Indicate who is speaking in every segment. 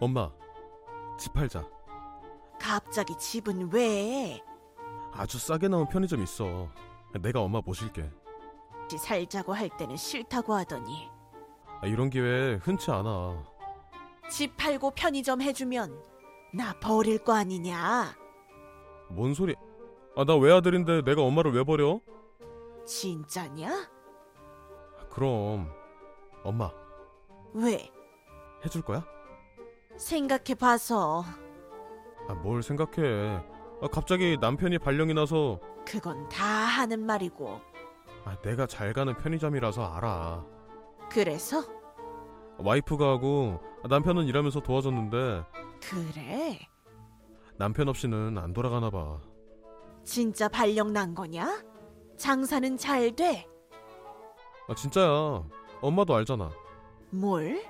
Speaker 1: 엄마, 집 팔자.
Speaker 2: 갑자기 집은 왜?
Speaker 1: 아주 싸게 나온 편의점 있어. 내가 엄마 모실게.
Speaker 2: 같이 살자고 할 때는 싫다고 하더니
Speaker 1: 아, 이런 기회 흔치 않아.
Speaker 2: 집 팔고 편의점 해주면 나 버릴 거 아니냐?
Speaker 1: 뭔 소리? 아, 나 외아들인데 내가 엄마를 왜 버려?
Speaker 2: 진짜냐?
Speaker 1: 그럼 엄마
Speaker 2: 왜?
Speaker 1: 해줄 거야?
Speaker 2: 생각해봐서
Speaker 1: 아, 뭘 생각해? 아, 갑자기 남편이 발령이 나서
Speaker 2: 그건 다 하는 말이고
Speaker 1: 아, 내가 잘 가는 편의점이라서 알아.
Speaker 2: 그래서
Speaker 1: 와이프가 하고 아, 남편은 일하면서 도와줬는데
Speaker 2: 그래
Speaker 1: 남편 없이는 안 돌아가나 봐.
Speaker 2: 진짜 발령 난 거냐? 장사는 잘 돼?
Speaker 1: 아, 진짜야. 엄마도 알잖아.
Speaker 2: 뭘?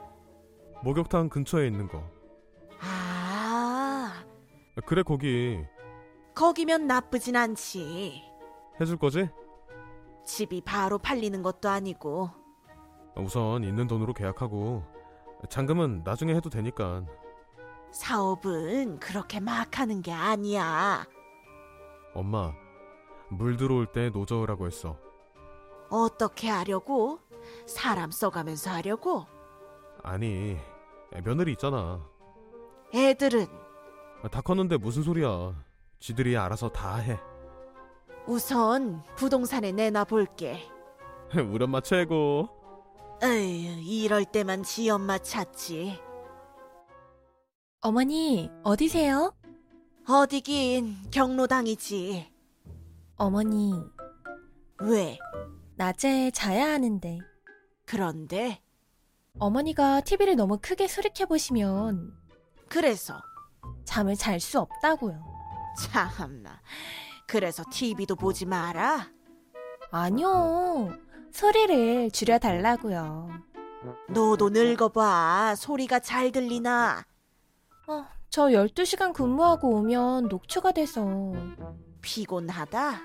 Speaker 1: 목욕탕 근처에 있는 거.
Speaker 2: 아
Speaker 1: 아, 그래 거기
Speaker 2: 거기면 나쁘진 않지
Speaker 1: 해줄 거지?
Speaker 2: 집이 바로 팔리는 것도 아니고
Speaker 1: 아, 우선 있는 돈으로 계약하고 잔금은 나중에 해도 되니까
Speaker 2: 사업은 그렇게 막 하는 게 아니야
Speaker 1: 엄마 물 들어올 때 노저으라고 했어.
Speaker 2: 어떻게 하려고? 사람 써가면서 하려고?
Speaker 1: 아니 며느리 있잖아.
Speaker 2: 애들은
Speaker 1: 아, 다 컸는데 무슨 소리야. 지들이 알아서 다 해.
Speaker 2: 우선 부동산에 내놔 볼게.
Speaker 1: 우리 엄마 최고.
Speaker 2: 에휴, 이럴 때만 지 엄마 찾지.
Speaker 3: 어머니, 어디세요?
Speaker 2: 어디긴 경로당이지.
Speaker 3: 어머니,
Speaker 2: 왜?
Speaker 3: 낮에 자야 하는데
Speaker 2: 그런데
Speaker 3: 어머니가 TV를 너무 크게 수릭해 보시면
Speaker 2: 그래서
Speaker 3: 잠을 잘 수 없다고요.
Speaker 2: 참나. 그래서 TV도 보지 마라.
Speaker 3: 아니요. 소리를 줄여 달라고요.
Speaker 2: 너도 늙어봐. 소리가 잘 들리나?
Speaker 3: 어, 저 12시간 근무하고 오면 녹초가 돼서
Speaker 2: 피곤하다.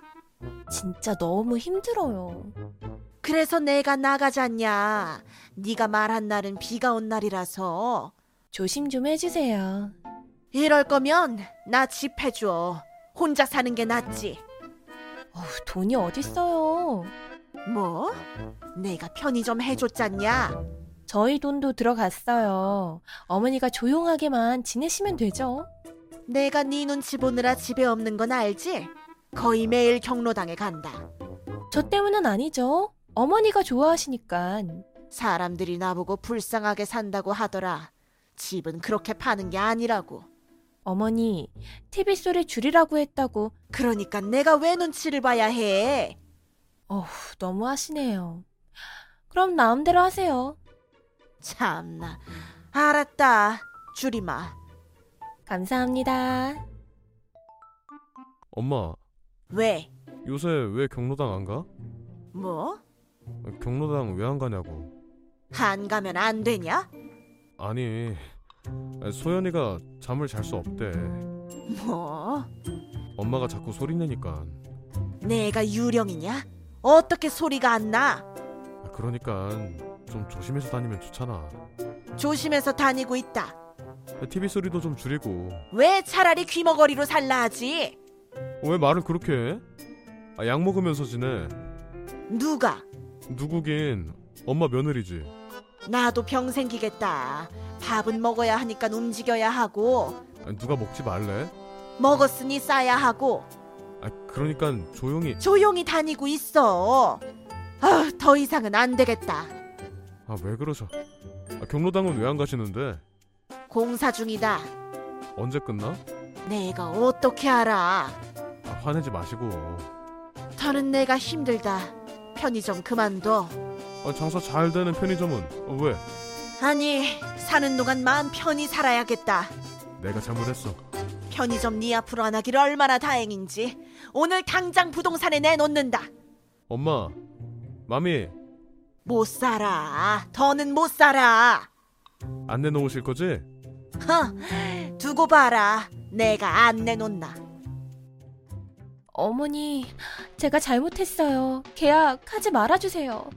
Speaker 3: 진짜 너무 힘들어요.
Speaker 2: 그래서 내가 나가잖냐. 네가 말한 날은 비가 온 날이라서
Speaker 3: 조심 좀 해주세요.
Speaker 2: 이럴 거면 나 집 해줘. 혼자 사는 게 낫지.
Speaker 3: 어우, 돈이 어딨어요.
Speaker 2: 뭐? 내가 편의점 해줬잖냐?
Speaker 3: 저희 돈도 들어갔어요. 어머니가 조용하게만 지내시면 되죠.
Speaker 2: 내가 네 눈치 보느라 집에 없는 건 알지? 거의 매일 경로당에 간다.
Speaker 3: 저 때문은 아니죠. 어머니가 좋아하시니까.
Speaker 2: 사람들이 나보고 불쌍하게 산다고 하더라. 집은 그렇게 파는 게 아니라고.
Speaker 3: 어머니, TV 소리 줄이라고 했다고
Speaker 2: 그러니까 내가 왜 눈치를 봐야 해?
Speaker 3: 어후, 너무 하시네요. 그럼 마음대로 하세요.
Speaker 2: 참나. 알았다. 줄이마.
Speaker 3: 감사합니다.
Speaker 1: 엄마
Speaker 2: 왜?
Speaker 1: 요새 왜 경로당 안 가?
Speaker 2: 뭐?
Speaker 1: 경로당 왜 안 가냐고.
Speaker 2: 안 가면 안 되냐?
Speaker 1: 아니 소연이가 잠을 잘 수 없대.
Speaker 2: 뭐?
Speaker 1: 엄마가 자꾸 소리내니까.
Speaker 2: 내가 유령이냐? 어떻게 소리가 안 나?
Speaker 1: 아, 그러니까 좀 조심해서 다니면 좋잖아.
Speaker 2: 조심해서 다니고 있다.
Speaker 1: TV 소리도 좀 줄이고.
Speaker 2: 왜 차라리 귀머거리로 살라 하지?
Speaker 1: 왜 말을 그렇게 해? 아, 약 먹으면서 지내.
Speaker 2: 누가?
Speaker 1: 누구긴 엄마 며느리지.
Speaker 2: 나도 병 생기겠다. 밥은 먹어야 하니까 움직여야 하고,
Speaker 1: 아, 누가 먹지 말래?
Speaker 2: 먹었으니 싸야 하고,
Speaker 1: 아, 그러니까 조용히.
Speaker 2: 조용히 다니고 있어. 아, 더 이상은 안 되겠다.
Speaker 1: 아, 왜 그러셔? 아, 경로당은 왜 안 가시는데?
Speaker 2: 공사 중이다.
Speaker 1: 언제 끝나?
Speaker 2: 내가 어떻게 알아?
Speaker 1: 아, 화내지 마시고.
Speaker 2: 더는 내가 힘들다. 편의점 그만둬.
Speaker 1: 아, 장사 잘 되는 편의점은 어, 왜?
Speaker 2: 아니, 사는 동안 마음 편히 살아야겠다.
Speaker 1: 내가 잘못했어.
Speaker 2: 편의점 네 앞으로 안 하길 얼마나 다행인지 오늘 당장 부동산에 내놓는다
Speaker 1: 엄마, 마미
Speaker 2: 못 살아 더는 못 살아
Speaker 1: 안 내놓으실 거지?
Speaker 2: 허, 두고 봐라 내가 안 내놓나
Speaker 3: 어머니, 제가 잘못했어요. 계약하지 말아주세요.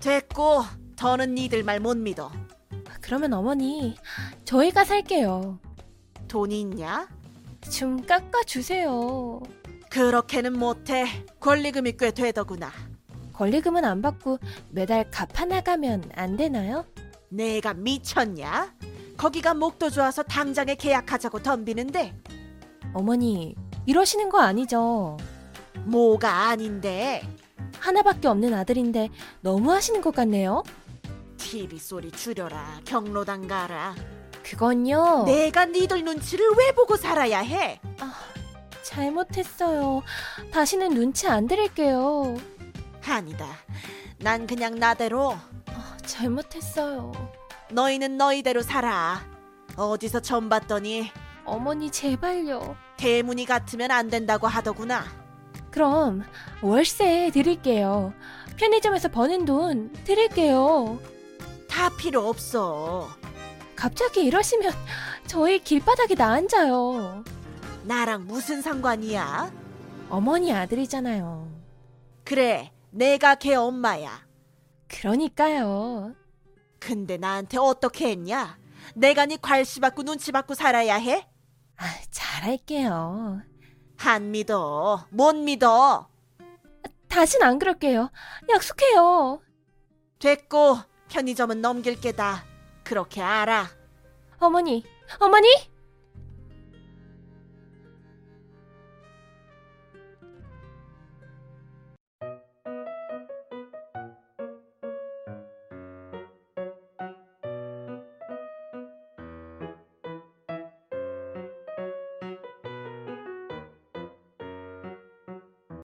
Speaker 2: 됐고 더는 니들 말 못 믿어
Speaker 3: 그러면 어머니, 저희가 살게요.
Speaker 2: 돈이 있냐?
Speaker 3: 좀 깎아주세요.
Speaker 2: 그렇게는 못해. 권리금이 꽤 되더구나.
Speaker 3: 권리금은 안 받고 매달 갚아 나가면 안 되나요?
Speaker 2: 내가 미쳤냐? 거기가 목도 좋아서 당장에 계약하자고 덤비는데
Speaker 3: 어머니, 이러시는 거 아니죠?
Speaker 2: 뭐가 아닌데
Speaker 3: 하나밖에 없는 아들인데 너무 하시는 것 같네요.
Speaker 2: TV 소리 줄여라 경로당 가라
Speaker 3: 그건요.
Speaker 2: 내가 니들 눈치를 왜 보고 살아야 해?
Speaker 3: 잘못했어요. 다시는 눈치 안 드릴게요.
Speaker 2: 아니다 난 그냥 나대로
Speaker 3: 아, 잘못했어요.
Speaker 2: 너희는 너희대로 살아 어디서 처음 봤더니
Speaker 3: 어머니 제발요.
Speaker 2: 대문이 같으면 안 된다고 하더구나
Speaker 3: 그럼 월세 드릴게요. 편의점에서 버는 돈 드릴게요.
Speaker 2: 다 필요 없어
Speaker 3: 갑자기 이러시면 저희 길바닥에 나앉아요.
Speaker 2: 나랑 무슨 상관이야?
Speaker 3: 어머니 아들이잖아요.
Speaker 2: 그래 내가 걔 엄마야
Speaker 3: 그러니까요.
Speaker 2: 근데 나한테 어떻게 했냐? 내가 네 괄시 받고 눈치 받고 살아야 해?
Speaker 3: 아, 잘할게요.
Speaker 2: 안 믿어. 못 믿어.
Speaker 3: 다신 안 그럴게요. 약속해요.
Speaker 2: 됐고 편의점은 넘길 게다. 그렇게 알아.
Speaker 3: 어머니, 어머니!